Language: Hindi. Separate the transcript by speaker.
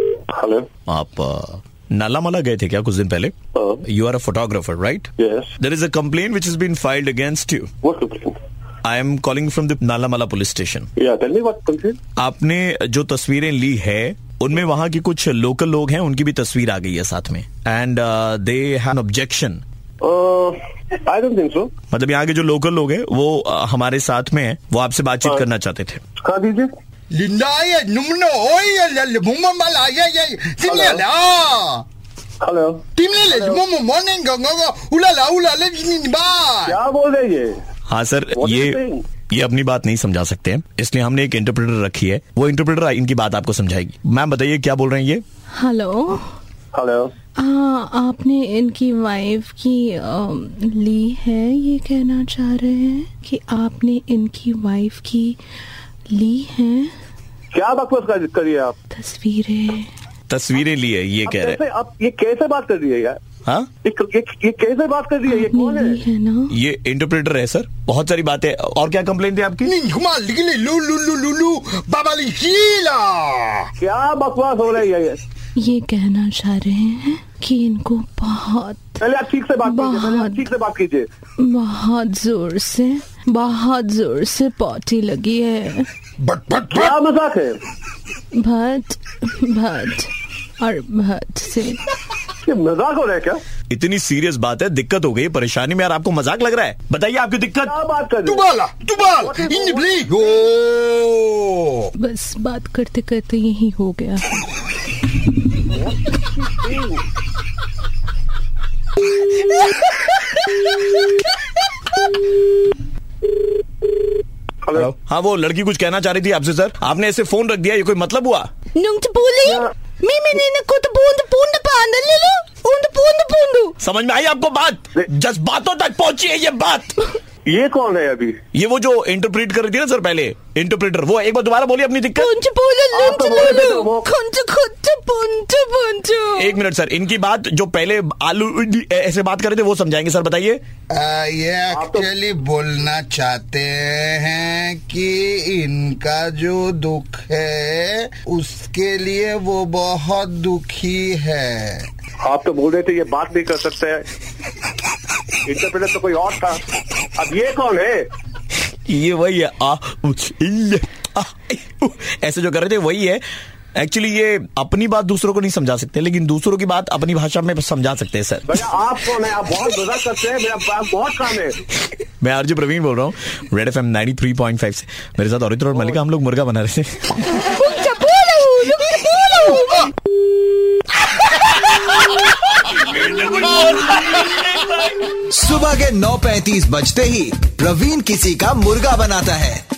Speaker 1: हेलो
Speaker 2: आप नालामाला गए थे क्या कुछ दिन पहले
Speaker 1: Uh,
Speaker 2: you are a photographer right
Speaker 1: yes
Speaker 2: there is a complain which is been filed against you
Speaker 1: what complain
Speaker 2: I am calling from the Nallamala police station
Speaker 1: या टेल मी व्हाट कंप्लेन
Speaker 2: आपने जो तस्वीरें ली है उनमें वहाँ की कुछ लोकल लोग हैं उनकी भी तस्वीर आ गई है साथ में and they have objection
Speaker 1: Uh, I don't think so
Speaker 2: मतलब यहाँ के जो लोकल लोग हैं वो uh, हमारे साथ में हैं वो आपसे बातचीत
Speaker 1: हाँ।
Speaker 2: करना चाहते थे
Speaker 1: कहा दीजिए
Speaker 3: Linaya numno oya la le mumma mala ya ya timle
Speaker 1: Hello?
Speaker 3: la
Speaker 1: hello
Speaker 3: timle le mumma morning go go go ula la ula le ni ba
Speaker 1: क्या बोल रहे हैं ये
Speaker 2: हाँ सर
Speaker 1: What are you
Speaker 2: ये
Speaker 1: saying?
Speaker 2: ये अपनी बात नहीं समझा सकते हैं इसलिए हमने एक इंटरप्रेटर रखी है वो इंटरप्रेटर इनकी बात आपको समझाएगी मैम बताइए क्या बोल रहे हैं ये
Speaker 4: हेलो
Speaker 1: Oh. हेलो
Speaker 4: हाँ आपने इनकी वाइफ की अम, ली है ये कहना चाह रहे हैं कि आपने इनकी वाइफ की ली है
Speaker 1: क्या बकवास कर- करिए आप
Speaker 4: तस्वीरें
Speaker 2: तस्वीरें ली है ये
Speaker 1: आप
Speaker 2: कह रहे हैं
Speaker 1: कैसे आप ये कैसे बात कर रही है यार
Speaker 2: हाँ
Speaker 1: ये, ये, ये कैसे बात कर रही है ये कौन
Speaker 4: आपने
Speaker 1: है
Speaker 4: ली है ना
Speaker 2: ये इंटरप्रेटर है सर बहुत सारी बातें और क्या कंप्लेन थी आपकी
Speaker 3: ni kuma ligile lu lu lu lu lu baba li hila
Speaker 1: क्या बकवास हो रही है ये
Speaker 4: ये कहना चाह रहे हैं कि इनको बहुत
Speaker 1: पहले आप ठीक से बात कीजिए पहले आप
Speaker 4: बहुत।
Speaker 1: ठीक से बात कीजिए
Speaker 4: बहुत जोर से बहुत जोर से पॉटी लगी है
Speaker 3: but but but
Speaker 1: क्या मजाक है
Speaker 4: भट भट और भट से
Speaker 1: ये मजाक हो रहा है क्या
Speaker 2: इतनी सीरियस बात है दिक्कत हो गई है, परेशानी में यार आपको मजाक लग रहा है बताइए आपकी दिक्कत
Speaker 1: क्या बात कर रही है
Speaker 3: tubala tubala in the blink oh
Speaker 4: बस बात करते करते यही हो गया
Speaker 1: हेलो
Speaker 2: हाँ वो लड़की कुछ कहना चाह रही थी आपसे सर आपने ऐसे फोन रख दिया ये कोई मतलब हुआ
Speaker 4: नुंट बोली मी मैंने इनको तो बूंद बूंद पान ले लो उंड बूंद बूंद
Speaker 2: समझ में आई आपको बात
Speaker 1: नहीं।
Speaker 2: जज्बातों तक पहुंची है ये बात
Speaker 1: ये कौन है अभी
Speaker 2: ये वो जो इंटरप्रेट कर रही थी ना सर पहले इंटरप्रेटर वो एक बार दोबारा बोली अपनी दिक्कत
Speaker 4: कुंच बोलो
Speaker 1: आप तो
Speaker 4: लुंच
Speaker 1: बोले थे
Speaker 4: बोलो
Speaker 1: वो-
Speaker 4: कुंच कुंच पुंच पुंच
Speaker 2: एक मिनट सर इनकी बात जो पहले आलू ऐसे बात कर रहे थे वो समझाएंगे सर बताइए
Speaker 3: आ, ये
Speaker 1: तो-
Speaker 3: एक्चुअली बोलना चाहते हैं कि इनका जो दुख है उसके लिए वो बहुत दुखी है
Speaker 1: आप तो बोल रहे थे ये बात नहीं कर सकते इंटरप्रेटर तो कोई और था अब ये कौन है
Speaker 2: ये वही है आ, उ, इल्ल, आ, उ, ऐसे जो कर रहे थे वही है एक्चुअली ये अपनी बात दूसरों को नहीं समझा सकते लेकिन दूसरों की बात अपनी भाषा में समझा सकते हैं सर
Speaker 1: भैया आप कौन है आप बहुत मजा करते हैं मेरा आप बहुत काम है
Speaker 2: मैं आरजे प्रवीण बोल रहा हूँ red F M ninety three point five से मेरे साथ औरित्र और मलिका हम लोग मुर्गा बना रहे थे
Speaker 4: कुंच बोलो लुंच बोलो
Speaker 5: सुबह के 9:35 बजते ही प्रवीण किसी का मुर्गा बनाता है